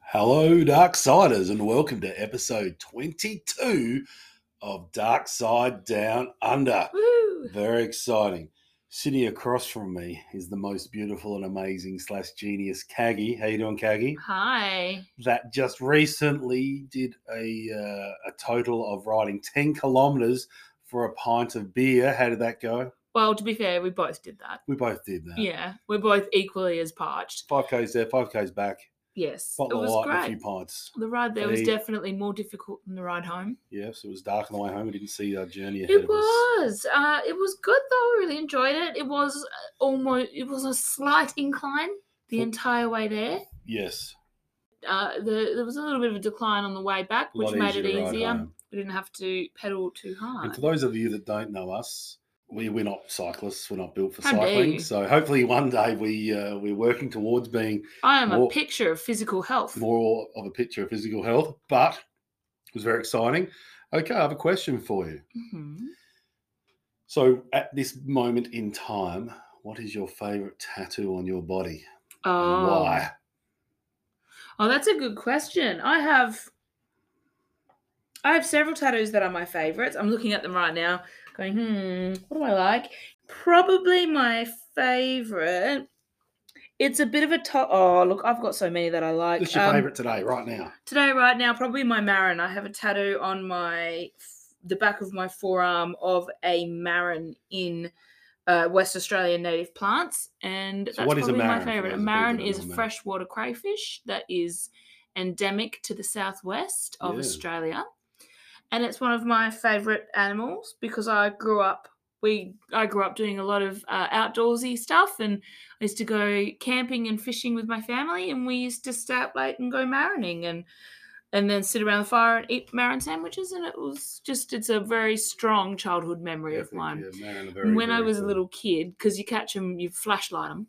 Hello, Darksiders, and welcome to episode 22 of Dark Side Down Under. Woo! Very exciting. Sitting across from me is the most beautiful and amazing slash genius Kagi. How you doing, Kagi? Hi. That just recently did a uh, a total of riding 10 kilometers for a pint of beer. How did that go? Well, to be fair, we both did that. We both did that. Yeah, we're both equally as parched. Five k's there, five k's back. Yes, it Bottle of was light, and a few great. pints. The ride there was Hey. definitely more difficult than the ride home. Yes, it was dark on the way home. We didn't see our journey ahead It of us. was. Uh, it was good though. I really enjoyed it. It was uh, almost. It was a slight incline the Cool. entire way there. Yes, Uh, the, there was a little bit of a decline on the way back, which lot made it easier to ride easier. home. We didn't have to pedal too And hard. for those of you that don't know us, we we're not cyclists. We're not built for How dare cycling. you. So hopefully one day we uh, we're working towards being I am a more- picture of physical health. more of a picture of physical health. But it was very exciting. Okay, I have a question for you. Mhm. So at this moment in time, what is your favorite tattoo on your body and Oh, why? Oh, that's a good question. I have I have several tattoos that are my favorites. I'm looking at them right now, going, hmm, what do I like? Probably my favorite. It's a bit of a top. Oh, look, I've got so many that I like. What's your Um, favorite today, right now? Today, right now, probably my Marin. I have a tattoo on my the back of my forearm of a Marin in uh, West Australian native plants, and So that's what is a probably marron my for favourite. A those that Marin don't is a know, mate? freshwater crayfish that is endemic to the southwest of Yeah. Australia, and it's one of my favourite animals because I grew up. We I grew up doing a lot of uh, outdoorsy stuff, and I used to go camping and fishing with my family, and we used to stay up late and go marining and and then sit around the fire and eat marin sandwiches, and it was just it's a very strong childhood memory of Epic, mine yeah, Marin, a very, when I very was a cool. little kid, because you catch them, you flashlight them.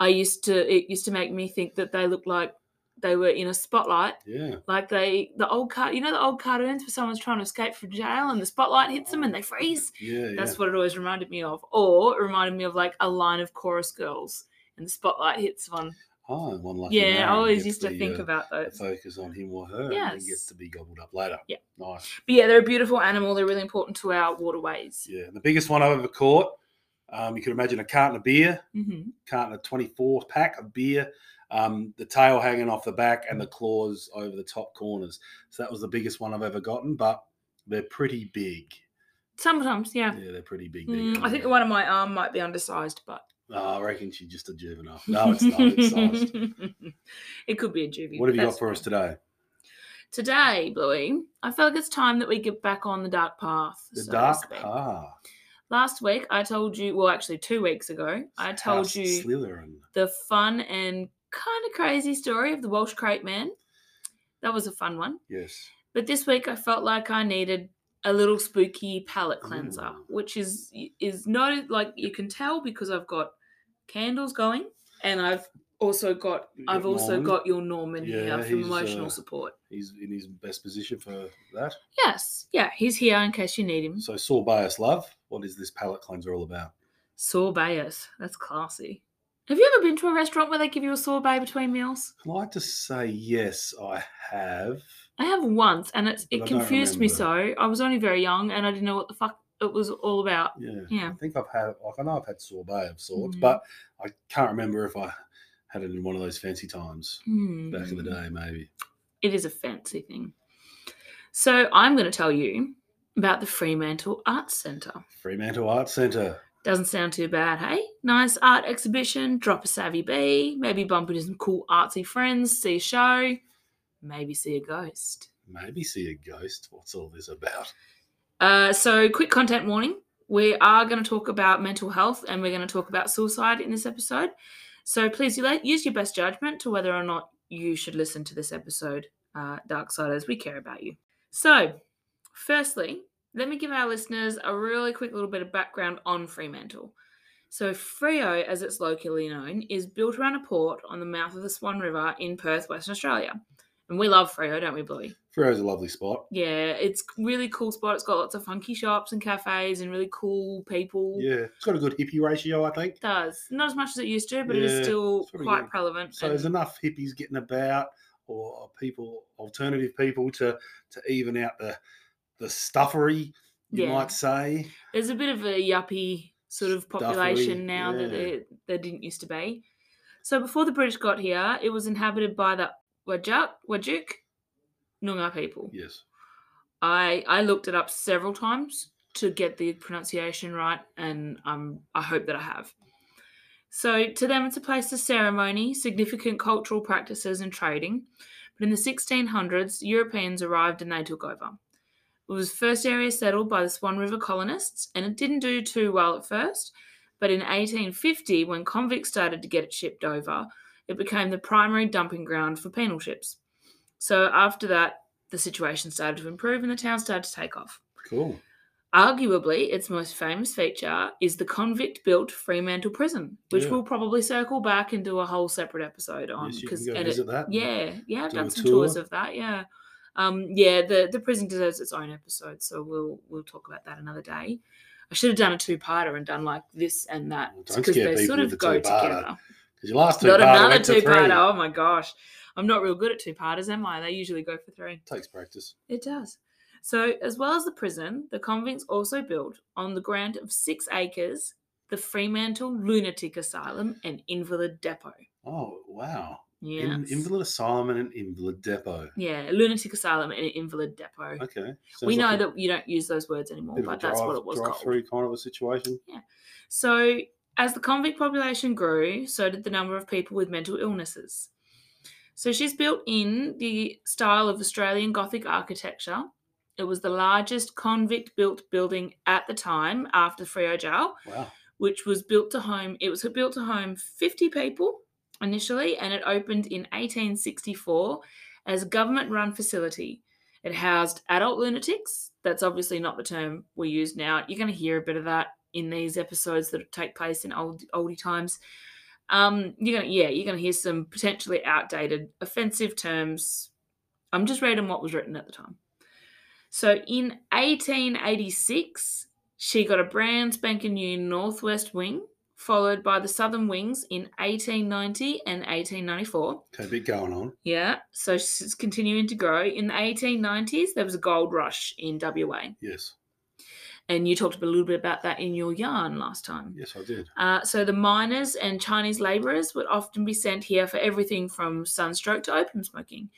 I used to. It used to make me think that they looked like they were in a spotlight, yeah, like they the old car. You know the old cartoons where someone's trying to escape from jail and the spotlight hits them and they freeze. yeah, yeah. That's what it always reminded me of, or it reminded me of like a line of chorus girls and the spotlight hits one. Oh, one lucky yeah, I man always gets used to the, think uh, about the those. focus on him or her and then gets Yes. to be gobbled up later. Yeah. Nice. But yeah, they're a beautiful animal. They're really important to our waterways. Yeah. The biggest one I've ever caught, um, you could imagine a carton of beer, hmm carton of 24 pack of beer, um, the tail hanging off the back and the claws over the top corners. So that was the biggest one I've ever gotten, but they're pretty big. Sometimes, yeah. Yeah, they're pretty big. Mm, I think the the one on my arm might be undersized, but I reckon she's just a juvenile. No, it's not. It's sized. it could be a juvie. What have you but got that's for us fine. today? today, Bluey? I feel like it's time that we get back on the dark path. The so to dark speak. path. Last week, I told you. Well, actually, two weeks ago, I told House you Slytherin. the fun and kind of crazy story of the Welsh crate man. That was a fun one. Yes. But this week, I felt like I needed a little spooky palette cleanser, Ooh. which is is no like you can tell because I've got candles going, and I've also got You I've got also Norman? got your Norman Yeah, here from he's, emotional uh, support. He's in his best position for that. Yes, yeah, he's here in case you need him. So, Saul Bias Love, what is this palate cleanser all about? Sorbets, that's classy. Have you ever been to a restaurant where they give you a sorbet between meals? I'd like to say yes, I have. I have once, and it's, But it I don't confused me so. remember. I was only very young, and I didn't know what the fuck it was all about. Yeah. Yeah. I think I've had, like, I know I've had sorbet of sorts, Mhm. but I can't remember if I had it in one of those fancy times back in the Hmm. day, maybe. It is a fancy thing. So I'm going to tell you about the Fremantle Arts Centre. Fremantle Art Centre. Doesn't sound too bad, hey? Nice art exhibition, drop a savvy bee, maybe bump into some cool artsy friends, see a show, maybe see a ghost. Maybe see a ghost. What's all this about? Uh, so, quick content warning we are going to talk about mental health and we're going to talk about suicide in this episode. So, please you let- use your best judgment to whether or not you should listen to this episode, uh, Darksiders. We care about you. So, firstly, let me give our listeners a really quick little bit of background on Fremantle. So, Frio, as it's locally known, is built around a port on the mouth of the Swan River in Perth, Western Australia. And we love Frio, don't we, Bluey? Freo's a lovely spot. Yeah, it's really cool spot. It's got lots of funky shops and cafes and really cool people. Yeah. It's got a good hippie ratio, I think. It does. Not as much as it used to, but it Yeah, is still it's pretty quite good. relevant. So and- there's enough hippies getting about. or people, alternative people, to to even out the the stuffery, you Yeah. might say. There's a bit of a yuppie sort of Stuffery, population now that yeah. they, they didn't used to be. So before the British got here, it was inhabited by the Wajuk, Wajuk Noongar people. Yes. I I looked it up several times to get the pronunciation right, and um, I hope that I have. So to them, it's a place of ceremony, significant cultural practices, and trading. But in the 1600s, Europeans arrived and they took over. It was first area settled by the Swan River colonists, and it didn't do too well at first. But in 1850, when convicts started to get it shipped over, it became the primary dumping ground for penal ships. So after that, the situation started to improve and the town started to take off. Cool. Arguably, its most famous feature is the convict built Fremantle Prison, which Yeah. we'll probably circle back and do a whole separate episode on. yes, you can Um, 'cause- go and it- visit that. yeah, yeah, I've do a done some tours tour. of that. Yeah, um, yeah, the the prison deserves its own episode, so we'll we'll talk about that another day. I should have done a two parter and done like this and that Well, don't because scare they people sort with of the go two-parter. together. Because your last two Not part another went to two three. parter. Oh my gosh, I'm not real good at two parters, am I? They usually go for three. Takes practice. It does. So, as well as the prison, the convicts also built on the grant of six acres the Fremantle Lunatic Asylum and Invalid Depot. Oh wow. Yes. In, invalid asylum and an invalid depot. yeah, lunatic asylum and invalid depot. Okay. we Sounds know like a that you don't use those words anymore, bit of a but that's what drive- it was drive called. through kind of a situation. So, as the convict population grew, so did the number of people with mental illnesses. So, she's built in the style of Australian Gothic architecture. It was the largest convict built building at the time after Freo Jail, Wow. which was built to home. It was built to home 50 people initially, and it opened in 1864 as a government run facility. It housed adult lunatics. That's obviously not the term we use now. You're going to hear a bit of that in these episodes that take place in old oldie times. Um, you're gonna yeah, you're gonna hear some potentially outdated, offensive terms. I'm just reading what was written at the time. So in 1886, she got a brand spanking new northwest wing, followed by the southern wings in 1890 and 1894. Okay, a bit going on. Yeah, so it's continuing to grow. In the 1890s, there was a gold rush in WA, Yes. and you talked a little bit about that in your yarn last time. Yes, I did. Uh, so the miners and Chinese laborers would often be sent here for everything from sunstroke to opium smoking.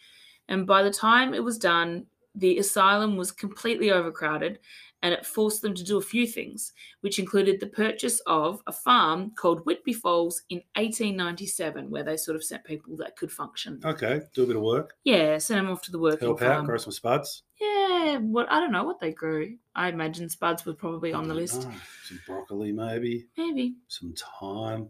And by the time it was done, the asylum was completely overcrowded and it forced them to do a few things, which included the purchase of a farm called Whitby Falls in 1897, where they sort of sent people that could function. Okay, do a bit of work. Yeah, send them off to the working Oh. Help farm. out, grow some spuds. Yeah, what I don't know what they grew. I imagine spuds were probably on I the don't list. know, Some broccoli, maybe. Maybe. Some thyme.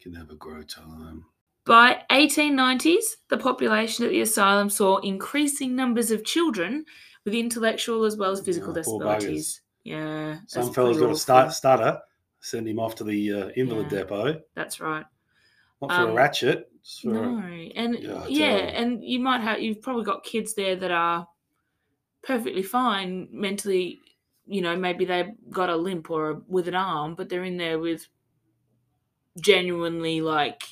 Can have a grow time. By 1890s, the population at the asylum saw increasing numbers of children with intellectual as well as physical Yeah, poor buggers. disabilities. Yeah, that's Some fella's pretty got a awful. start, stutter. Send him off to the uh, invalid Yeah. depot. That's right. Not for a Um, ratchet. It's for No, a, and Yeah, yeah, I tell and you might have you've probably got kids there that are perfectly fine mentally. You know, maybe they've got a limp or a, with an arm, but they're in there with genuinely like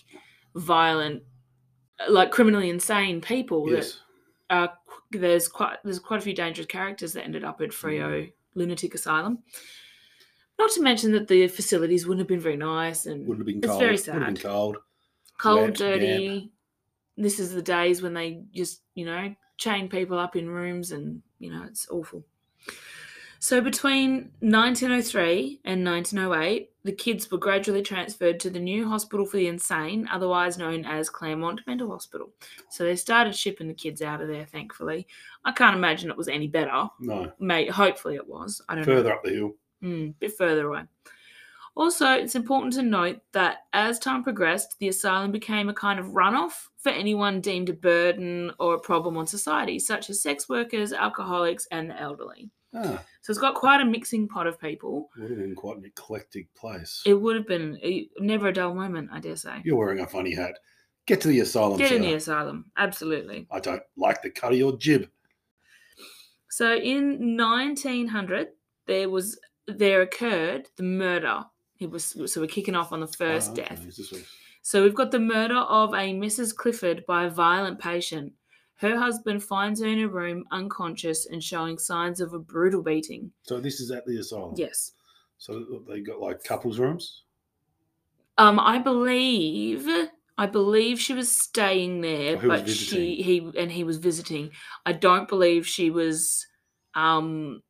violent, like criminally insane people that yes. uh, qu- there's quite there's quite a few dangerous characters that ended up at Frio Mm. Lunatic Asylum. Not to mention that the facilities wouldn't have been very nice and Wouldn't have been it's cold. very Would have been sad. cold. cold, wet, damp. dirty. This is the days when they just you know chain people up in rooms and you know it's awful. So between 1903 and 1908, the kids were gradually transferred to the new hospital for the insane, otherwise known as Claremont Mental Hospital. So they started shipping the kids out of there, thankfully. I can't imagine it was any better. No. Mate, hopefully it was. I don't know. Further up the hill. Mm, bit further away. Also, it's important to note that as time progressed, the asylum became a kind of runoff for anyone deemed a burden or a problem on society, such as sex workers, alcoholics, and the elderly. Ah, So it's got quite a mixing pot of people. would have been quite an eclectic place. It would have been a, never a dull moment, I dare say. You're wearing a funny hat. Get to the asylum. Get in sir. the asylum, absolutely. I don't like the cut of your jib. So in 1900, there was there occurred the murder. It was so we're kicking off on the first Ah, death. okay, is this what- So we've got the murder of a Mrs. Clifford by a violent patient Her husband finds her in her room unconscious and showing signs of a brutal beating. So this is at the asylum. Yes. So they got like couples rooms. Um, I believe I believe she was staying there, Oh, he was but she visiting. he and he was visiting. I don't believe she was um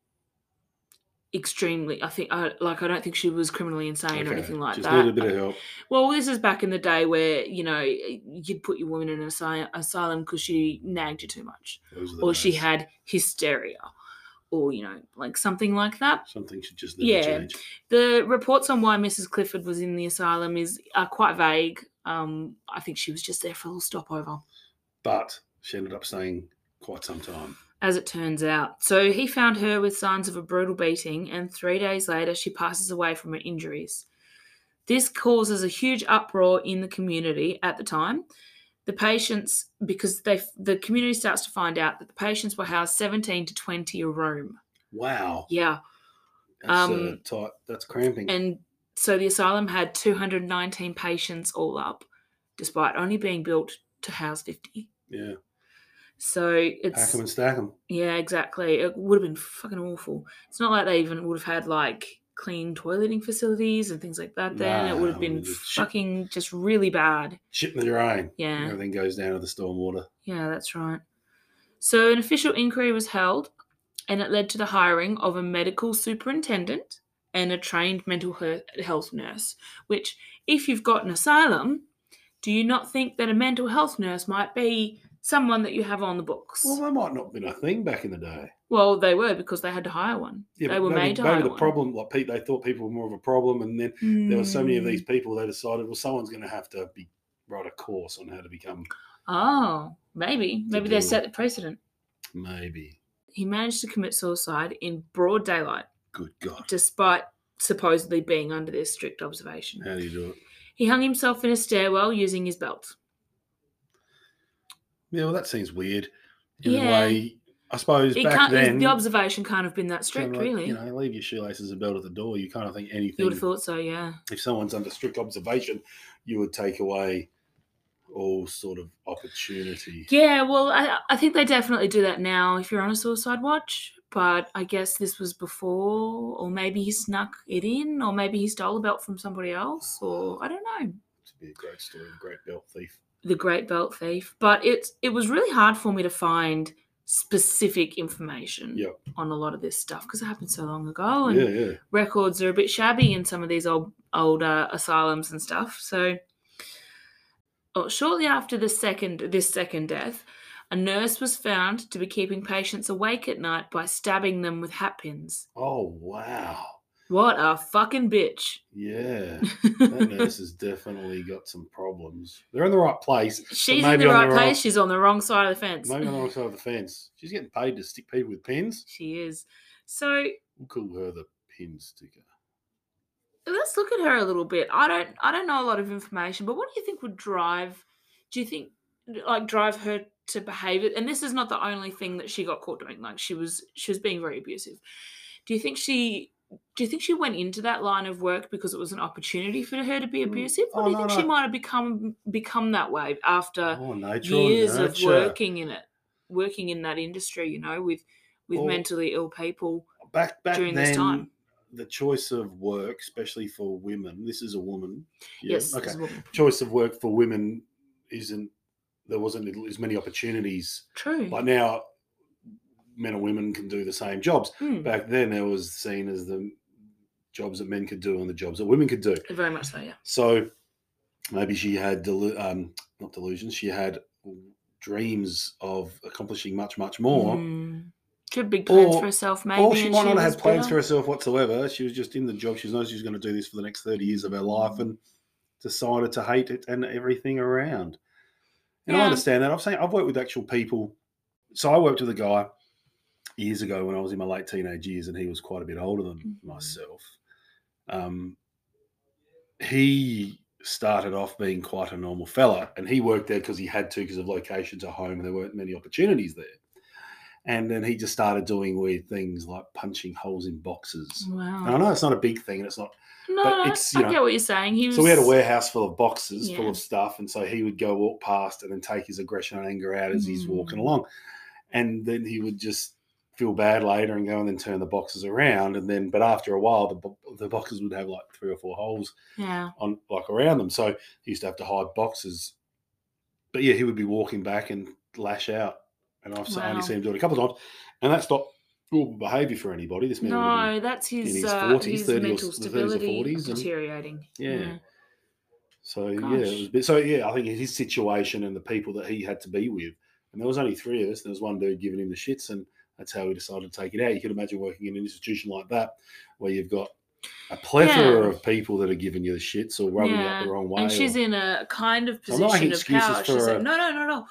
extremely I think I like I don't think she was criminally insane or Okay. anything like Just that. needed a bit of help. Well, this is back in the day where, you know, you'd put your woman in an asy- asylum because she nagged you too much Those are the or she days. had hysteria or, you know, like something like that. something should just never Yeah. change. The reports on why Mrs. Clifford was in the asylum is are quite vague. Um, I think she was just there for a little stopover, But she ended up staying quite some time. as it turns out. So he found her with signs of a brutal beating, and three days later, she passes away from her injuries. This causes a huge uproar in the community at the time. The patients, because they, the community starts to find out that the patients were housed 17 to 20 a room. Wow. Yeah. That's uh, Um, tight. That's cramping. And so the asylum had 219 patients all up, despite only being built to house 50. yeah. So Pack it's, 'em and stack 'em. yeah, exactly. It would have been fucking awful. It's not like they even would have had like clean toileting facilities and things like that then. it would Nah, have been would've just shit. fucking just really bad. Ship in the drain. Yeah. Everything goes down to the stormwater. Yeah, that's right. So an official inquiry was held, and it led to the hiring of a medical superintendent and a trained mental he- health nurse. Which, if you've got an asylum, do you not think that a mental health nurse might be someone that you have on the books? Well, that might not have been a thing back in the day. Well, they were because they had to hire one. they but were maybe, made to hire maybe the one. problem, like Pete, they thought people were more of a problem, and then there were so many of Hmm. these people. They decided, well, someone's going to have to be write a course on how to become Oh, maybe, maybe they do. set the precedent. maybe He managed to commit suicide in broad daylight, good God. despite supposedly being under their strict observation. How do you do it? He hung himself in a stairwell using his belt. Yeah, well, that seems weird. In a Yeah. way, I suppose It back can't, then the observation can't have been that kinda strict, like, really. You You, know, leave your shoelaces and belt at the door. You kind of think anything. would have thought so, yeah. if someone's under strict observation, you would take away all sort of opportunity. Yeah, well, I, I think they definitely do that now if you're on a suicide watch, but I guess this was before, or maybe he snuck it in, or maybe he stole a belt from somebody else, or I don't know. To be a great story, the great belt thief. the Great Belt Thief, but it it was really hard for me to find specific information Yep. on a lot of this stuff because it happened so long ago, and yeah, yeah. records are a bit shabby in some of these old older asylums and stuff. So, oh, shortly after the second this second death, a nurse was found to be keeping patients awake at night by stabbing them with hat pins. Oh wow. What a fucking bitch! Yeah. That nurse has definitely got some problems. They're in the right place. She's in maybe the on right the place. wrong- She's on the wrong side of the fence. Maybe on the wrong side of the fence. She's getting paid to stick people with pins. she is. So We'll call her the pin sticker. let's look at her a little bit. I don't I don't know a lot of information, but what do you think would drive do you think like drive her to behave it? And this is not the only thing that she got caught doing. Like she was she was being very abusive. Do you think she do you think she went into that line of work because it was an opportunity for her to be Mm, abusive? Or oh, do you no, think no. she might have become become that way after oh, nature or Uh, years of nurture. working in it, working in that industry, you know, with with Or- mentally ill people Back back during then, this time? the choice of work, especially for women. This is a woman. Yeah, Yes. Okay. as a woman. choice of work for women isn't there wasn't as many opportunities True. like now men and women can do the same jobs Mm, back then it was seen as the jobs that men could do and the jobs that women could do very much so, yeah. so maybe she had delu- um, not delusions she had dreams of accomplishing much much more Mm. She had big plans Or- for herself, maybe. or she and might not have was had plans for bitter. herself whatsoever she was just in the job she knows she's going to do this for the next 30 years of her life and decided to hate it and everything around and I Yeah. understand that. I've seen I've worked with actual people. So I worked with a guy years ago when I was in my late teenage years, and he was quite a bit older than Mhm. myself. Um, he started off being quite a normal fella, and he worked there because he had to because of location to home. There weren't many opportunities there. And then he just started doing weird things like punching holes in boxes. Wow. And I know it's not a big thing and it's not. no, but it's, you I know- get what you're saying. He was, So we had a warehouse full of boxes full Yeah. of stuff. And so he would go walk past and then take his aggression and anger out as he's Mm. walking along. And then he would just feel bad later and go and then turn the boxes around. And then, but after a while, the, bo- the boxes would have like three or four holes Yeah. on like around them. So he used to have to hide boxes. But yeah, he would be walking back and lash out. And I've s- Wow. only seen him do it a couple of times. And that's not normal behaviour for anybody. This man would No, that's his, his uh, 40s, his 30s or mental s- 30s or stability 40s, and- deteriorating. be, yeah. So yeah, Gosh. it was a bit, so yeah, I think his situation and the people that he had to be with. And there was only three of us, and there was one dude giving him the shits, and that's how we decided to take it out. You could imagine working in an institution like that where you've got a plethora of people that are giving you the shits or rubbing you Yeah. up the wrong way. And she's or- in a kind of So I'm not making position of excuses power. She's for like, her. no, no, no, no,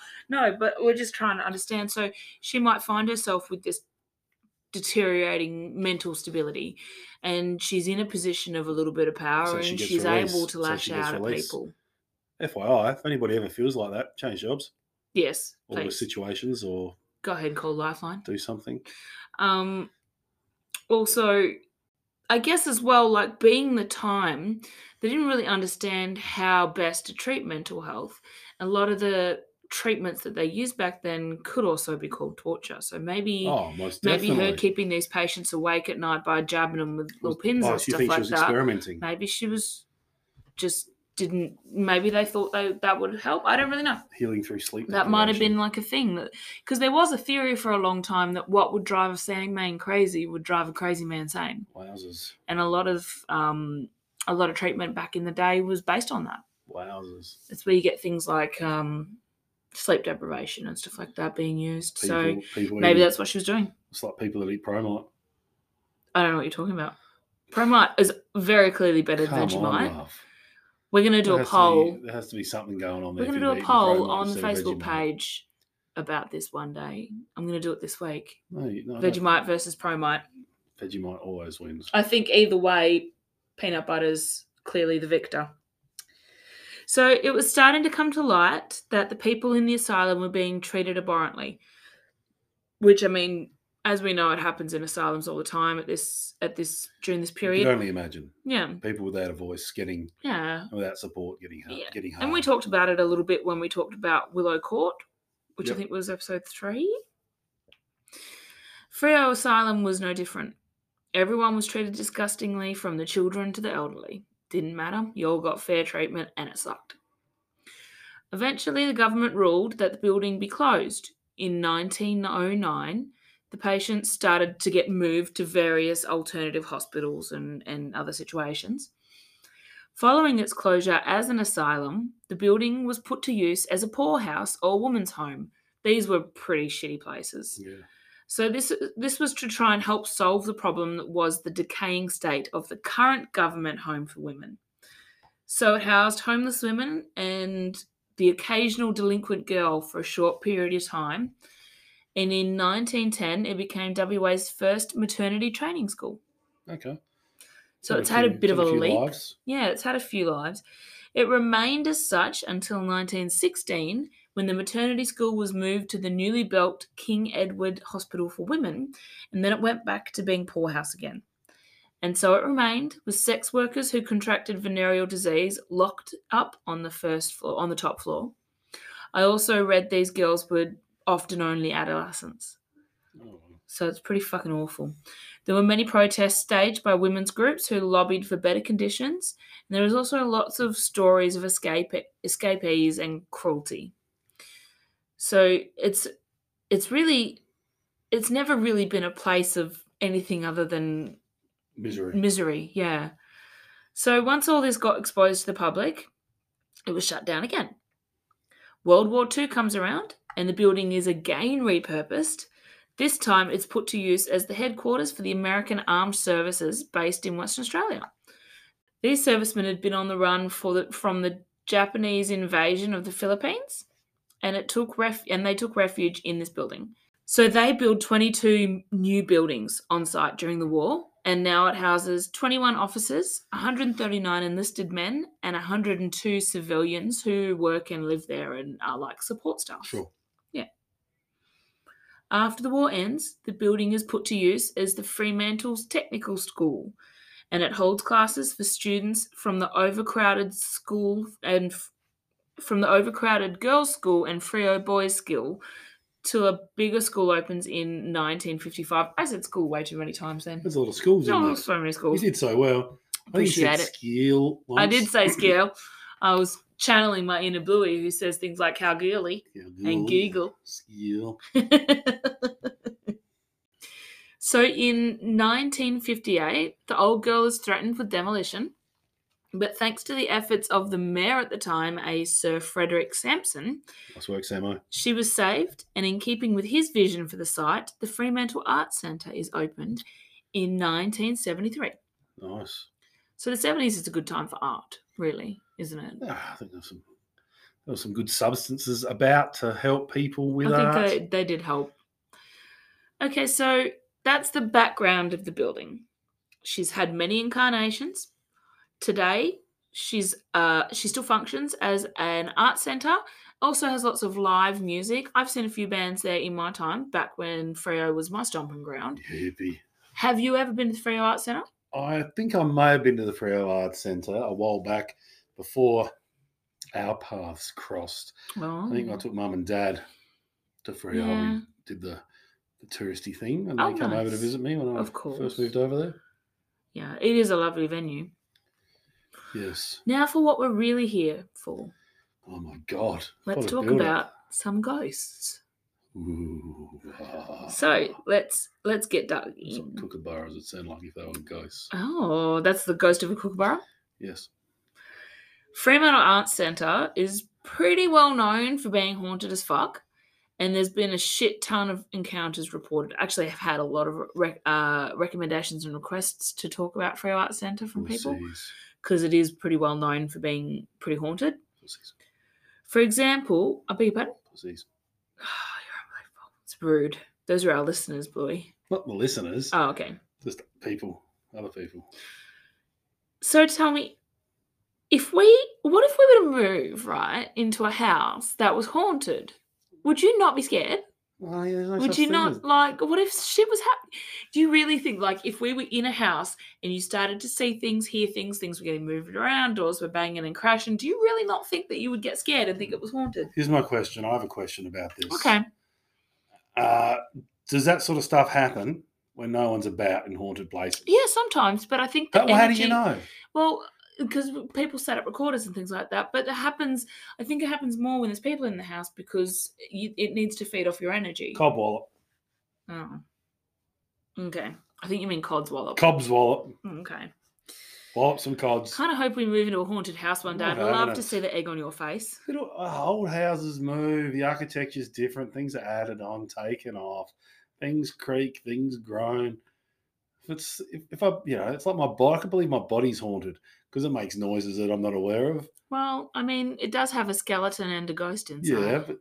no. But we're just trying to understand. So she might find herself with this deteriorating mental stability, and she's in a position of a little bit of power, So she and gets she's able released. to So lash she gets out released. at people. FYI, if anybody ever feels like that, change jobs Yes, or the please situations or go ahead, and call Lifeline. do something. Um, also, I guess as well, like being the time, they didn't really understand how best to treat mental health. A lot of the treatments that they used back then could also be called torture. So maybe. Oh, most Maybe definitely. her keeping these patients awake at night by jabbing them with little pins oh, and she stuff thinks like she was that. experimenting. Maybe she was just didn't. Maybe they thought they, that would help. I don't really know Healing through sleep. that might have been deprivation. like a thing that because there was a theory for a long time that what would drive a sane man crazy would drive a crazy man sane wowzers, and a lot of um a lot of treatment back in the day was based on that wowzers. it's where you get things like um sleep deprivation and stuff like that being used People, so people maybe eat- that's what she was doing it's like people that eat Promite. i don't know what you're talking about Promite is very clearly better than Come on, Vegemite. love. We're going to do There a has to poll. be- there has to be something going on. We're there going to if you've do a eaten poll Promite on the instead of Facebook Vegemite. page about this one day. I'm going to do it this week. No, you- no, I don't- Vegemite versus Promite. Vegemite always wins. I think either way, peanut butter's clearly the victor. So it was starting to come to light that the people in the asylum were being treated abhorrently, which I mean, as we know, it happens in asylums all the time at this at this during this You period. can only imagine yeah, people without a voice getting yeah. without support getting hurt, Yeah. getting hurt. And we talked about it a little bit when we talked about Willow Court, which Yep. I think was episode three. Frio Asylum was no different. Everyone was treated disgustingly from the children to the elderly. Didn't matter, you all got fair treatment and it sucked. Eventually, the government ruled that the building be closed. In 1909, the patients started to get moved to various alternative hospitals and, and other situations. Following its closure as an asylum, the building was put to use as a poorhouse or woman's home. These were pretty shitty places. Yeah. So this this was to try and help solve the problem that was the decaying state of the current government home for women. So it housed homeless women and the occasional delinquent girl for a short period of time. And in 1910, it became WA's first maternity training school. Okay. So it's had a few- bit of a had few leap. lives. Yeah, it's had a few lives. It remained as such until 1916 when the maternity school was moved to the newly built King Edward Hospital for Women, and then it went back to being poorhouse again. And so it remained with sex workers who contracted venereal disease locked up on the first floor, on the top floor. I also read these girls were often only adolescents. Oh, well. So it's pretty fucking awful. There were many protests staged by women's groups who lobbied for better conditions. And there was also lots of stories of escape escapees and cruelty. So it's it's really it's never really been a place of anything other than Misery. Mm. misery, yeah. So once all this got exposed to the public, it was shut down again. World War II comes around and the building is again repurposed. This time it's put to use as the headquarters for the American Armed Services based in Western Australia. These servicemen had been on the run for the, from the Japanese invasion of the Philippines and it took ref, and they took refuge in this building. So they built 22 new buildings on site during the war, and now it houses 21 officers, 139 enlisted men, and 102 civilians who work and live there and are like support staff. Sure. After the war ends, the building is put to use as the Fremantle's Technical School, and it holds classes for students from the overcrowded school and f- from the overcrowded girls' school and Frio boys' school to a bigger school opens in 1955. I said school way too many times then. There's a lot of schools in No, there. so many You schools. did so well. I think you said Appreciate it. skill. I did say skill. I was channeling my inner Bluey who says things like how girly and giggle. Skill. so in 1958, the old girl is threatened with demolition, but thanks to the efforts of the mayor at the time, a Sir Frederick Sampson, Nice work, Samo. she was saved, and in keeping with his vision for the site, the Fremantle Arts Centre is opened in 1973. Nice. So the 70s is a good time for art, really, isn't it? Ah, I think there's some there were some good substances about to help people with I art. think they, they did help. Okay, so that's the background of the building. She's had many incarnations. Today, she's uh, she still functions as an art centre. Also has lots of live music. I've seen a few bands there in my time, back when Freo was my stomping ground. Yippee. Have you ever been to the Freo Art Centre? I think I may have been to the Freo Arts Centre a while back before our paths crossed. Well, I think I took mum and dad to Freo. Oh. Yeah. We did the, the touristy thing and they Oh, came over to nice. visit me when I Of first course. moved over there. yeah, it is a lovely venue. Yes. Now for what we're really here for. Oh my God. Let's What a talk building. about some ghosts. Ooh, ah. So let's let's get dug It's like in. kookaburras would sound like if they were ghosts. Oh, that's the ghost of a kookaburra. Yes. Fremantle Arts Centre is pretty well known for being haunted as fuck, and there's been a shit ton of encounters reported. Actually, I've had a lot of rec- uh, recommendations and requests to talk about Freo Arts Centre from people Pussies. because it is pretty well known for being pretty haunted. Pussies. For example, I beg your pardon. Pussies. Oh, you're unbelievable. It's rude. Those are our listeners, Bluey. Not the listeners, Oh, okay. just people, other people. So tell me, if we, what if we were to move right into a house that was haunted? Would you not be scared? Well, yeah, there's no Would such you thing not as- like? What if shit was happening? Do you really think like if we were in a house and you started to see things, hear things, things were getting moved around, doors were banging and crashing? Do you really not think that you would get scared and think it was haunted? Here's my question. I have a question about this. Okay. Uh, does that sort of stuff happen when no one's about in haunted places? Yeah, sometimes, but I think the But well, how do you energy- know? Well, because people set up recorders and things like that, but it happens. I think it happens more when there's people in the house because you, it needs to feed off your energy. Cob wallet. Oh. Okay. I think you mean Cod's Wallop. Cob's wallet. okay. Wallop some cods. Kind of hope we move into a haunted house one day. Not I'd having love it. to see the egg on your face. Little, uh, old houses move. The architecture's different. Things are added on, taken off. Things creak. Things groan. If it's if, if I you know it's like my body. I can believe my body's haunted because it makes noises that I'm not aware of. Well, I mean, it does have a skeleton and a ghost inside. Yeah, but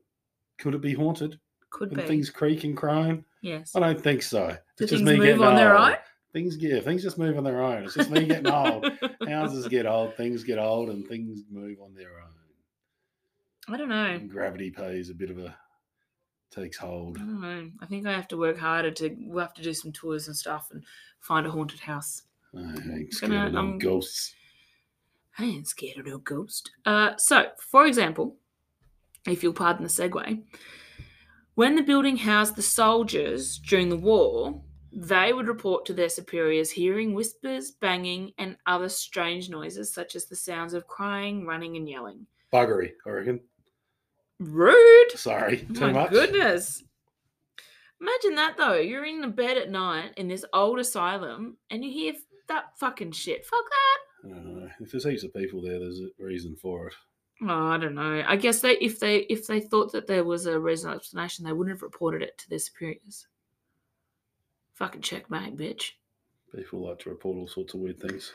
could it be haunted? Could Can be. things creak and groan? yes. I don't think so. Do it's just things me move getting on old. their own? Things yeah, things just move on their own. It's just me getting old. Houses get old, things get old, and things move on their own. I don't know. And gravity pays a bit of a takes I hold. don't know. I think I have to work harder to. We'll have to do some tours and stuff and find a haunted house. I ain't scared Gonna, of no um, ghosts. I ain't scared of no ghost. Uh, so, for example, if you'll pardon the segue, when the building housed the soldiers during the war, they would report to their superiors hearing whispers, banging, and other strange noises, such as the sounds of crying, running, and yelling. Buggery, I reckon. Rude! Sorry, too Oh My much. goodness. Imagine that though. You're in the bed at night in this old asylum and you hear that fucking shit. Fuck that. I don't know. Uh, If there's heaps of people there, there's a reason for it. Oh, I don't know. I guess they if they if they thought that there was a reasonable explanation, they wouldn't have reported it to their superiors. Fucking checkmate, bitch. People like to report all sorts of weird things.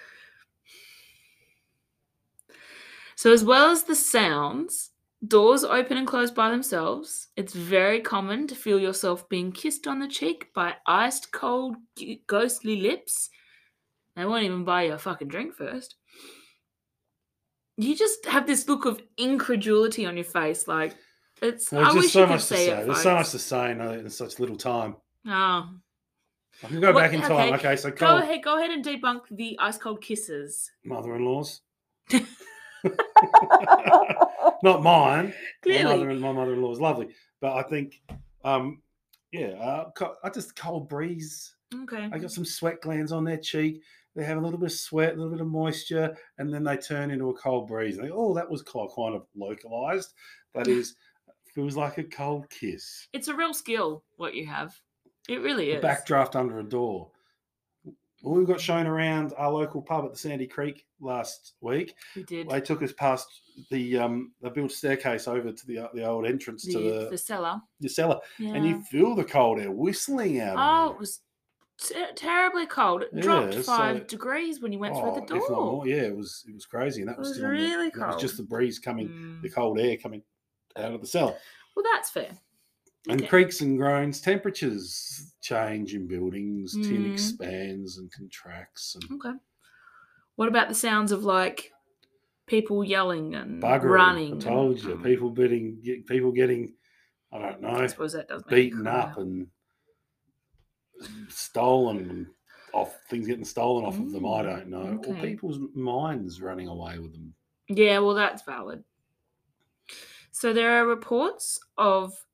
So as well as the sounds, doors open and close by themselves. It's very common to feel yourself being kissed on the cheek by iced cold g- ghostly lips. They won't even buy you a fucking drink first. You just have this look of incredulity on your face, like It's. Well, I there's wish just so you could much to see say. It, There's so much folks. to say in, in such little time. Oh, I can go What- back in time. okay, Okay, so go Cole, ahead. Go ahead and debunk the ice cold kisses. mother-in-laws. Not mine. My, Clearly, mother, my mother-in-law is lovely, but I think, um, yeah, uh, co- I just cold breeze. okay. I got some sweat glands on their cheek. They have a little bit of sweat, a little bit of moisture, and then they turn into a cold breeze. And they, oh, that was co- kind of localized. That is, feels like a cold kiss. It's a real skill what you have. It really A is. backdraft under a door. Well, we got shown around our local pub at the Sandy Creek last week, We did they took us past the um they built staircase over to the uh, the old entrance the, to the, the, cellar. the cellar Yeah. and you feel the cold air whistling out oh, of it was ter- terribly cold. It dropped Yeah, so- five degrees when you went through the Oh, if not door. more, yeah it was it was crazy and that It was, was still on really the, that was just cold. the breeze coming Mm. the cold air coming out of the cellar Well, that's fair. and Okay. creaks and groans temperatures change in buildings tin Mm. expands and contracts and Okay. What about the sounds of like people yelling and buggery running? i and- told you Mm. people getting get, people getting i don't know I suppose that does make you beaten cry. up and stolen and off things getting stolen off of them. I Mm, don't know. Or okay. people's minds running away with them. Yeah, well, that's valid. So there are reports of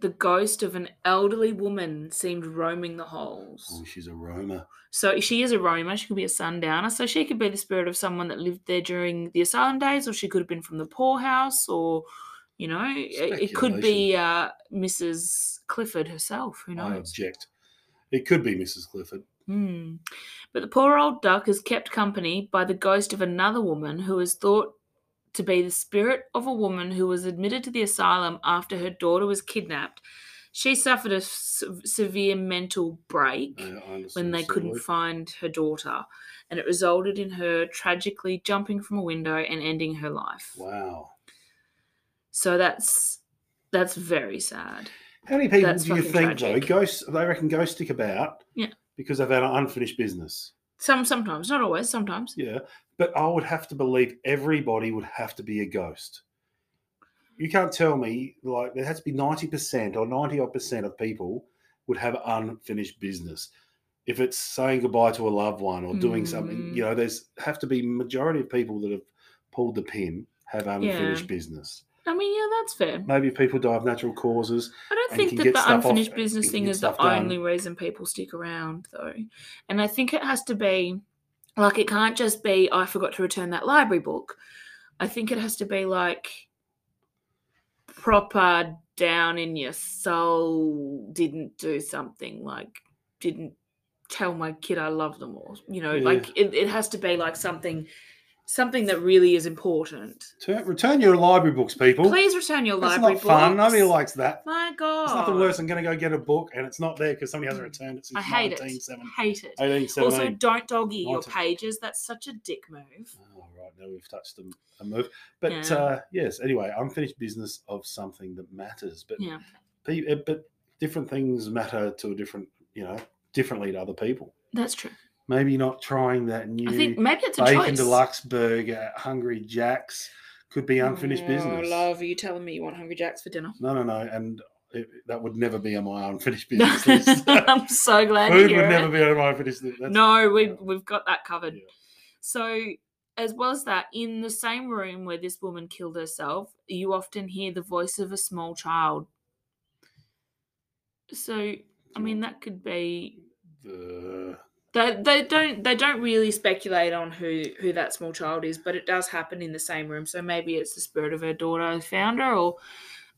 the ghost of an elderly woman seemed roaming the halls. Oh, she's a Roma. So she is a Roma. She could be a sundowner. So she could be the spirit of someone that lived there during the asylum days, or she could have been from the poorhouse, or you know, it it could be uh, Mrs. Clifford herself. Who I knows? object. It could be Mrs. Clifford. Hmm. But the poor old duck is kept company by the ghost of another woman who is thought to be the spirit of a woman who was admitted to the asylum after her daughter was kidnapped. She suffered a se- severe mental break I- I when understand they couldn't absolutely. find her daughter, and it resulted in her tragically jumping from a window and ending her life. Wow. So that's that's very sad. How many people That's do you fucking think tragic. though? Ghosts they reckon ghosts stick about Yeah. because they've had an unfinished business. Some sometimes, not always, sometimes. Yeah. But I would have to believe everybody would have to be a ghost. You can't tell me, like, there has to be 90% or 90 odd percent of people would have unfinished business. If it's saying goodbye to a loved one or doing something, Mm. you know, there's have to be majority of people that have pulled the pin have unfinished business. I mean, yeah, that's fair. Maybe people die of natural causes. I don't and you think can that get the stuff off- unfinished you business can thing get is the stuff done. only reason people stick around, though. And I think it has to be like it can't just be I forgot to return that library book. I think it has to be like proper down in your soul didn't do something like didn't tell my kid I love them or you know Yeah. like it, it has to be like something something that really is important. Turn, return your library books, people. Please return your That's library not fun. books. Nobody likes that. my god. It's nothing worse than going to go get a book and it's not there because somebody hasn't returned it since I hate it. 1970. Hate it. 1817. Also, don't doggy your 19. pages. That's such a dick move. Oh, right. Now we've touched a, a move. But Yeah. uh, yes, anyway, unfinished business of something that matters. But Yeah. pe- uh, but different things matter to a different, you know, differently to other people. That's true. Maybe not trying that new I think maybe it's a bacon choice. deluxe burger at Hungry Jack's could be unfinished Oh, business. love, are you telling me you want Hungry Jacks for dinner? No, no, no. And it, that would never be on my unfinished business list. I'm so glad to Food hear would it. never be on my unfinished list. That's- no, we've yeah. we've got that covered. Yeah. So, as well as that, in the same room where this woman killed herself, you often hear the voice of a small child. So, I mean, that could be The- They, they don't they don't really speculate on who who that small child is, but it does happen in the same room. So maybe it's the spirit of her daughter who found her, or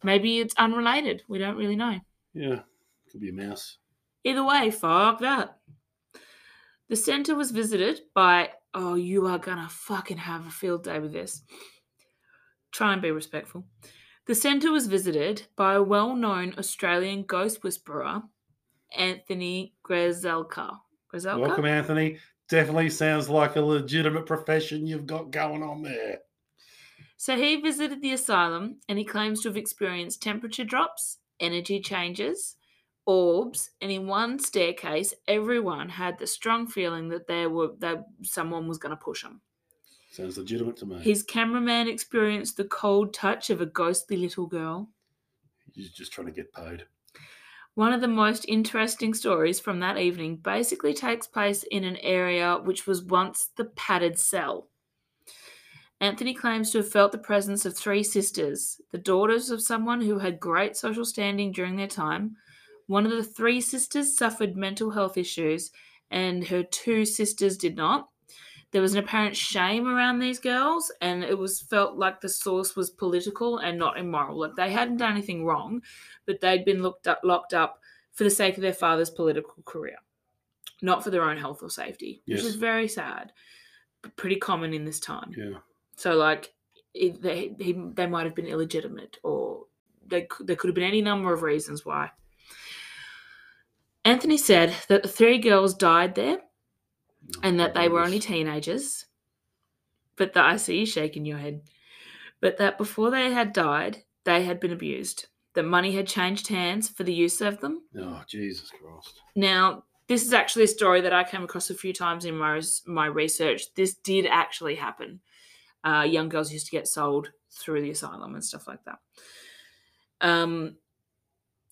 maybe it's unrelated. We don't really know. yeah, could be a mouse. Either way, fuck that. The center was visited by oh, you are gonna fucking have a field day with this. Try and be respectful. The center was visited by a well-known Australian ghost whisperer, Anthony Grezelka. Grezelka. Welcome, Anthony. Definitely sounds like a legitimate profession you've got going on there. So he visited the asylum and he claims to have experienced temperature drops, energy changes, orbs, and in one staircase, everyone had the strong feeling that there were that someone was going to push him. Sounds legitimate to me. His cameraman experienced the cold touch of a ghostly little girl. He's just trying to get paid. One of the most interesting stories from that evening basically takes place in an area which was once the padded cell. Anthony claims to have felt the presence of three sisters, the daughters of someone who had great social standing during their time. One of the three sisters suffered mental health issues, and her two sisters did not. There was an apparent shame around these girls, and it was felt like the source was political and not immoral. Like they hadn't done anything wrong, but they'd been looked up, locked up for the sake of their father's political career, not for their own health or safety, Yes. which is very sad, but pretty common in this time. Yeah. So like it, they he, they might have been illegitimate, or they cou- there could have been any number of reasons why. Anthony said that the three girls died there and that they were only teenagers. But that I see you shaking your head. But that before they had died, they had been abused. That money had changed hands for the use of them. Oh, Jesus Christ. Now, this is actually a story that I came across a few times in my res- my research. This did actually happen. Uh, young girls used to get sold through the asylum and stuff like that. Um,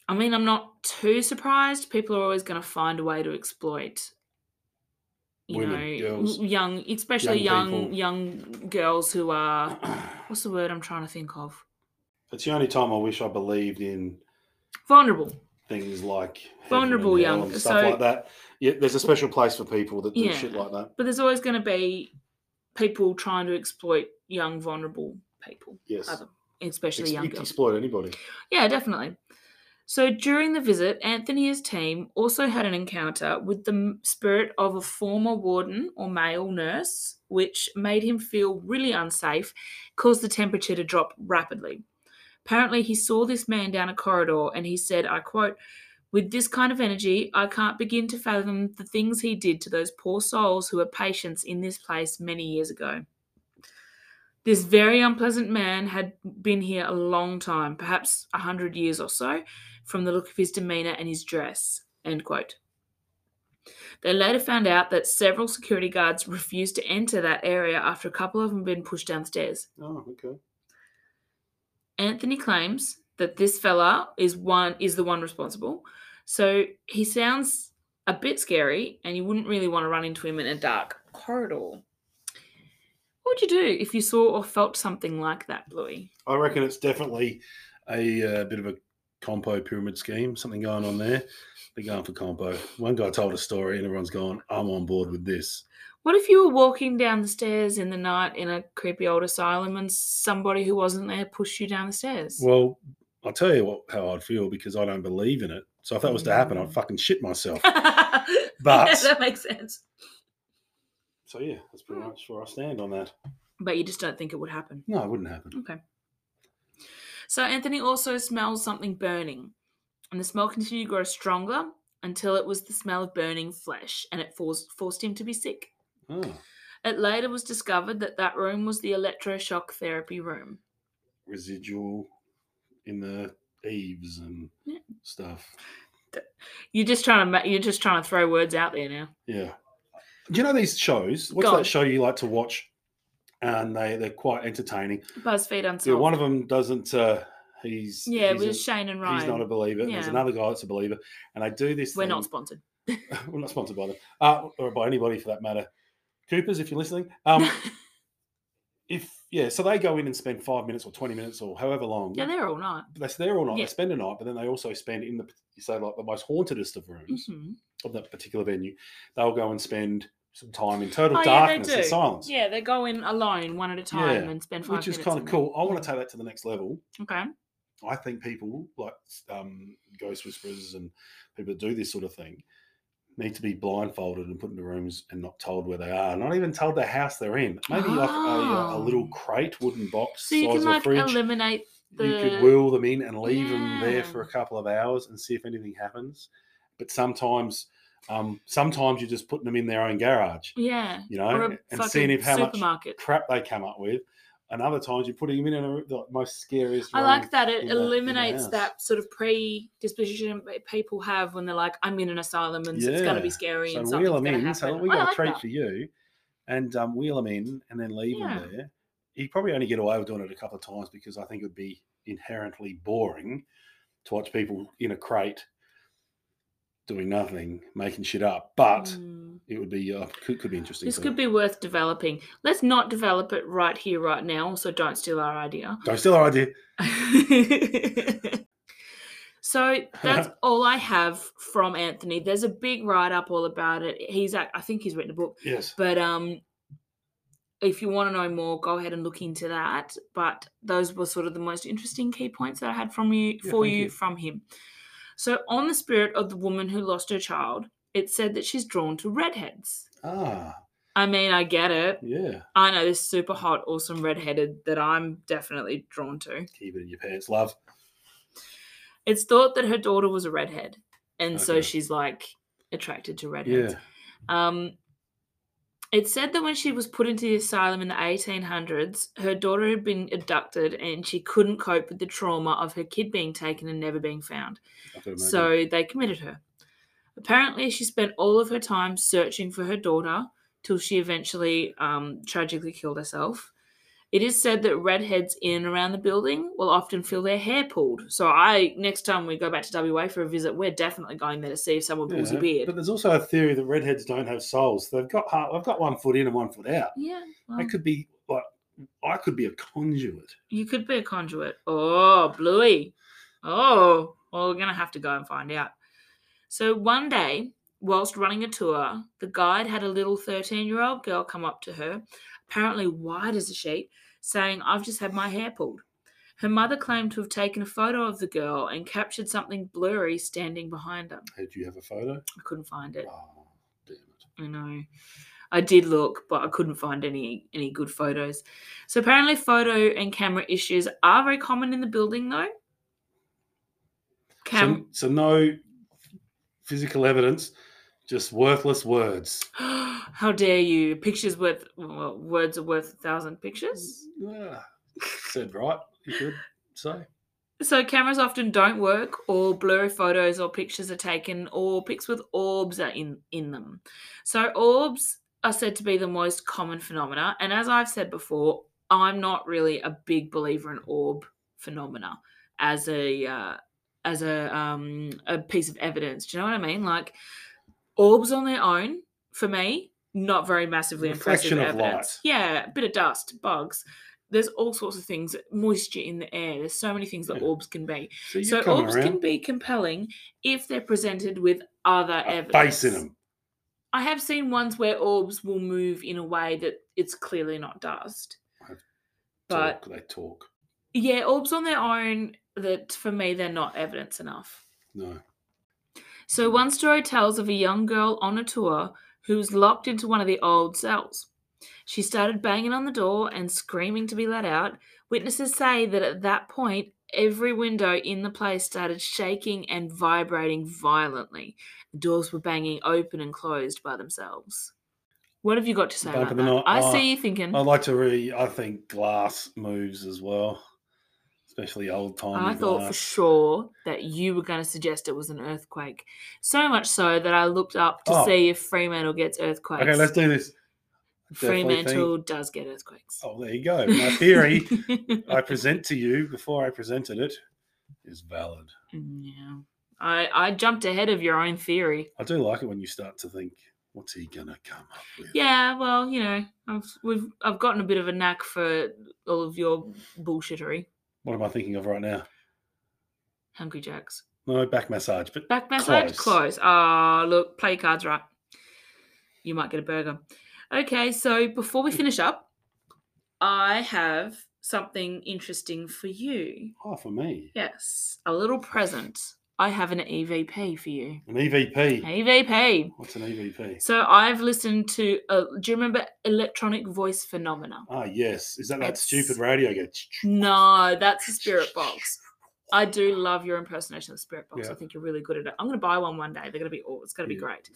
I mean, I'm not too surprised. People are always going to find a way to exploit, you Women, know, girls. young, especially Young young people. young girls who are. What's the word I'm trying to think of? It's the only time I wish I believed in Vulnerable. things like heaven Vulnerable and young- hell and stuff so- like that. Yeah, there's a special place for people that do Yeah. shit like that. But there's always going to be people trying to exploit young, vulnerable people. Yes, Other- especially Ex- young you can girls. exploit anybody. Yeah, definitely. So during the visit, Anthony and his team also had an encounter with the m- spirit of a former warden or male nurse, which made him feel really unsafe, caused the temperature to drop rapidly. Apparently, he saw this man down a corridor and he said, I quote, with this kind of energy, I can't begin to fathom the things he did to those poor souls who were patients in this place many years ago. This very unpleasant man had been here a long time, perhaps a hundred years or so, from the look of his demeanour and his dress. End quote. They later found out that several security guards refused to enter that area after a couple of them had been pushed downstairs. Oh, okay. Anthony claims that this fella is one is the one responsible. So he sounds a bit scary, and you wouldn't really want to run into him in a dark corridor. What would you do if you saw or felt something like that, Bluey? I reckon it's definitely a uh, bit of a compo pyramid scheme. Something going on there. They're going for compo. One guy told a story, and everyone's gone. I'm on board with this. What if you were walking down the stairs in the night in a creepy old asylum and somebody who wasn't there pushed you down the stairs? Well, I'll tell you what, how I'd feel because I don't believe in it. So if that was to happen, I'd Mm. fucking shit myself. Yeah, But that makes sense. so yeah, that's pretty Hmm. much where I stand on that. But you just don't think it would happen. No, it wouldn't happen. Okay. So Anthony also smells something burning, and the smell continued to grow stronger until it was the smell of burning flesh, and it forced forced him to be sick. Oh, It later was discovered that that room was the electroshock therapy room. residual in the eaves and Yeah. stuff. You're just trying to ma- you're just trying to throw words out there now. Yeah. Do you know these shows? What's Go on. that show you like to watch? And they they're quite entertaining. BuzzFeed unsolved. Yeah, one of them doesn't. Uh, he's Yeah, he's it a- was Shane and Ryan. He's not a believer. and There's Yeah. another guy that's a believer, and they do this. We're thing. not sponsored. we're not sponsored by them, uh, or by anybody for that matter. Coopers, if you're listening, um, if yeah, so they go in and spend five minutes or twenty minutes or however long. yeah, they're all night. they're there all night. Yeah. They spend a night, but then they also spend in the so like the most hauntedest of rooms Mhm. of that particular venue. They'll go and spend some time in total Oh, yeah, they darkness and do. silence. Yeah, they go in alone, one at a time, Yeah, and spend five which is minutes kind of in there. cool. I want to take that to the next level. Okay. I think people like um, ghost whisperers and people that do this sort of thing need to be blindfolded and put into rooms and not told where they are, not even told the house they're in. Maybe like a, a Oh. little crate, wooden box, So you size can of a like fridge. eliminate the. you could wheel them in and leave them there Yeah. for a couple of hours and see if anything happens. But sometimes, um, sometimes you're just putting them in their own garage, Yeah. you Mm. Or know, a and fucking seeing if how much supermarket. crap they come up with. And other times you're putting them in a, the most scariest. I room. like that. It in a- in a eliminates house. that sort of predisposition that people have when they're like, "I'm in an asylum and it's going to Yeah. be scary So and something's wheel them going to in. happen." So look, we I got like a treat that. for you, and um, wheel them in, and then leave Yeah. them there. You probably only get away with doing it a couple of times because I think it would be inherently boring to watch people in a crate doing nothing, making shit up. But Mm. it would be uh, could, could be interesting. This so could be worth developing. Let's not develop it right here, right now. Also, don't steal our idea. don't steal our idea. so that's all I have from Anthony. There's a big write up all about it. He's, act- I think he's written a book, Yes. but um, if you want to know more, go ahead and look into that. But those were sort of the most interesting key points that I had from you Yeah, for thank you, you. from him. So, on the spirit of the woman who lost her child, it said that she's drawn to redheads. Ah, I mean, I get it. yeah. I know this super hot, awesome redheaded that I'm definitely drawn to. Keep it in your pants, love. It's thought that her daughter was a redhead, and so Okay. she's like attracted to redheads. Yeah. Um, it said that when she was put into the asylum in the 1800s, her daughter had been abducted and she couldn't cope with the trauma of her kid being taken and never being found. I could imagine. So they committed her. Apparently, she spent all of her time searching for her daughter till she eventually um, tragically killed herself. It is said that redheads in and around the building will often feel their hair pulled. So I, next time we go back to WA for a visit, we're definitely going there to see if someone pulls Yeah, your beard. But there's also a theory that redheads don't have souls. They've got heart. I've got one foot in and one foot out. yeah, I well, could be like, I could be a conduit. you could be a conduit. Oh, Bluey. Oh, well, we're going to have to go and find out. So one day, whilst running a tour, the guide had a little 13 year old girl come up to her, apparently white as a sheet, saying, I've just had my hair pulled. Her mother claimed to have taken a photo of the girl and captured something blurry standing behind her. Hey, do you have a photo? I couldn't find it. Oh, damn it. I know. I did look, but I couldn't find any any good photos. So apparently, photo and camera issues are very common in the building, though. Cam, so, so no physical evidence, just worthless words. how dare you? Pictures worth well, words are worth a thousand pictures. Ah, said right. You could say. So cameras often don't work, or blurry photos or pictures are taken, or pics with orbs are in in them. So orbs are said to be the most common phenomena, and as I've said before, I'm not really a big believer in orb phenomena as a uh, as a um, a piece of evidence. Do you know what I mean? Like orbs on their own, for me, not very massively impressive Reflection of evidence. light. Yeah, bit of dust, bugs. There's all sorts of things, moisture in the air. There's so many things that Yeah. orbs can be. So you're So coming orbs can around. be compelling if they're presented with other a evidence. face in them. I have seen ones where orbs will move in a way that it's clearly not dust. I've- But Talk, they talk. yeah, orbs on their own that for me they're not evidence enough. No. So one story tells of a young girl on a tour who was locked into one of the old cells. She started banging on the door and screaming to be let out. Witnesses say that at that point, every window in the place started shaking and vibrating violently. The doors were banging open and closed by themselves. What have you got to say Back about of that? the night- I oh, see you thinking. I like to read. I think glass moves as well, especially old time. I thought for sure that you were going to suggest it was an earthquake. So much so that I looked up to Oh. see if Fremantle gets earthquakes. Okay, let's do this. Definitely think- Fremantle does get earthquakes. Oh, there you go. My theory I present to you before I presented it is valid. yeah. I, I jumped ahead of your own theory. I do like it when you start to think, what's he gonna come up with? Yeah, well, you know, I've we've I've gotten a bit of a knack for all of your bullshittery. What am I thinking of right now? Hungry Jacks. No back massage, but Back massage? Close. Close. Ah, look, play your cards right. You might get a burger. Okay, so before we finish up, I have something interesting for you. oh, for me, Yes, a little present. I have an EVP for you. an EVP. EVP. What's an E EVP? So I've listened to. Uh, do you remember electronic voice phenomena? Ah, yes. Is that that It's- stupid radio? Go, No, that's the spirit box. I do love your impersonation of the spirit box. Yeah. I think you're really good at it. I'm going to buy one one day. They're going to be all. It's going to be Yeah. great.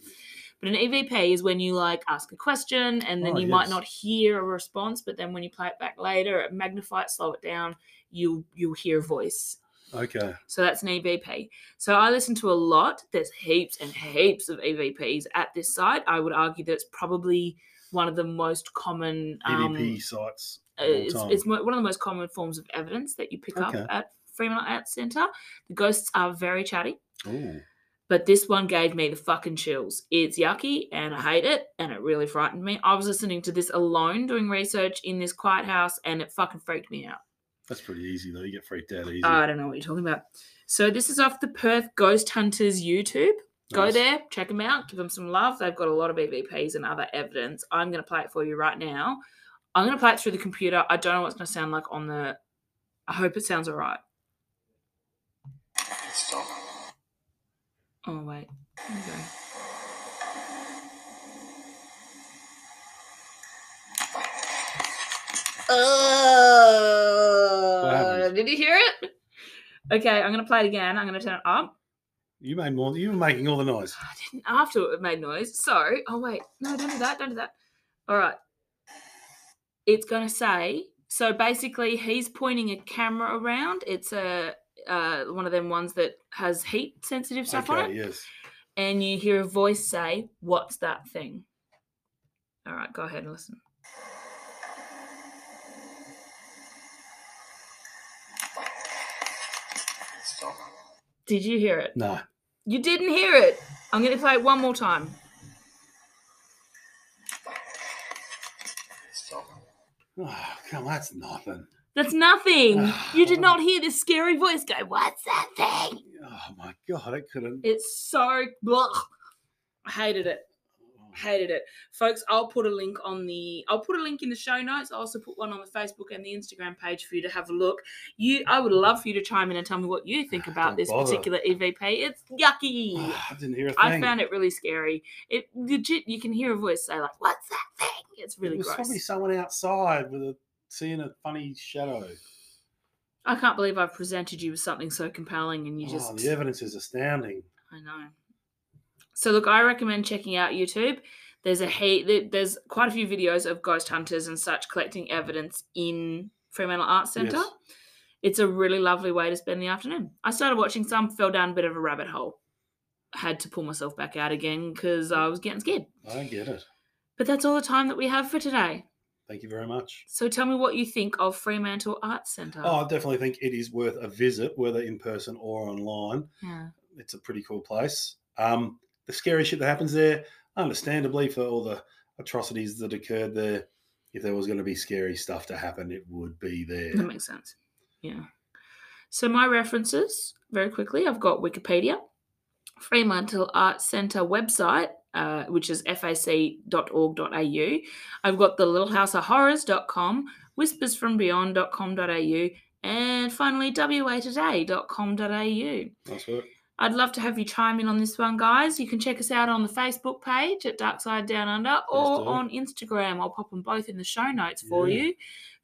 But an EVP is when you like ask a question and then Oh, you might yes. not hear a response, but then when you play it back later, it magnify it, slow it down. You you'll hear a voice. Okay. So that's an EVP. So I listen to a lot. There's heaps and heaps of EVPs at this site. I would argue that it's probably one of the most common. Um, EVP E sites. uh, of all it's time. it's mo- one of the most common forms of evidence that you pick Okay. up at Fremantle Arts Centre. The ghosts are very chatty, Ooh. but this one gave me the fucking chills. It's yucky and I hate it and it really frightened me. I was listening to this alone doing research in this quiet house and it fucking freaked me out. That's pretty easy though. You get freaked out easy. I don't know what you're talking about. So this is off the Perth Ghost Hunters YouTube. Go Nice. there, check them out, give them some love. They've got a lot of EVPs and other evidence. I'm going to play it for you right now. I'm going to play it through the computer. I don't know what it's going to sound like on the. I hope it sounds all right. Stop. Oh, wait. Here we go. Oh, happened? did you hear it? Okay, I'm going to play it again. I'm going to turn it up. You made more. You were making all the noise. I didn't after it made noise. So, oh wait, no, don't do that, don't do that. All right. It's gonna say so. Basically, he's pointing a camera around. It's a uh, one of them ones that has heat sensitive stuff on okay. it, Yes. and you hear a voice say, "What's that thing?" All right, go ahead and listen. Stop. Did you hear it? No. You didn't hear it. I'm gonna play it one more time. Stop. Oh, come. on, That's nothing. That's nothing. You did not hear this scary voice go, "What's that thing?" Oh my god! It couldn't. It's so. Blah. I hated it. Oh. hated it folks i'll put a link on the i'll put a link in the show notes i'll also put one on the facebook and the instagram page for you to have a look you i would love for you to chime in and tell me what you think Ah, about don't this bother. particular evp it's yucky Ah, I didn't hear a thing. i found it really scary it legit you can hear a voice say like what's that thing it's really it was gross probably someone outside with a seeing a funny shadow. i can't believe i've presented you with something so compelling and you just oh, the evidence is astounding. I know. So look, I recommend checking out YouTube. There's a he- th- there's quite a few videos of ghost hunters and such collecting evidence in Fremantle Arts Centre. Yes. It's a really lovely way to spend the afternoon. I started watching some, fell down a bit of a rabbit hole. Had to pull myself back out again because I was getting scared. I don't get it. But that's all the time that we have for today. Thank you very much. So tell me what you think of Fremantle Arts Centre. Oh, I definitely think it is worth a visit, whether in person or online. yeah. It's a pretty cool place. Um, the scary shit that happens there, understandably, for all the atrocities that occurred there, if there was going to be scary stuff to happen, it would be there. That makes sense. Yeah. So my references, very quickly, I've got Wikipedia, Fremantle Arts Centre website, uh, which is fac.org.au. I've got the Little House of Horrors.com, whispersfrombeyond.com.au, and finally watoday.com.au. Nice work. I'd love to have you chime in on this one, guys. You can check us out on the Facebook page at Dark Side Down Under or do. on Instagram. I'll pop them both in the show notes for Yeah. you.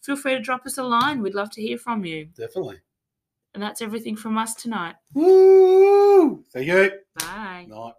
Feel free to drop us a line. We'd love to hear from you. Definitely. And that's everything from us tonight. Woo! Thank you. Bye. Night.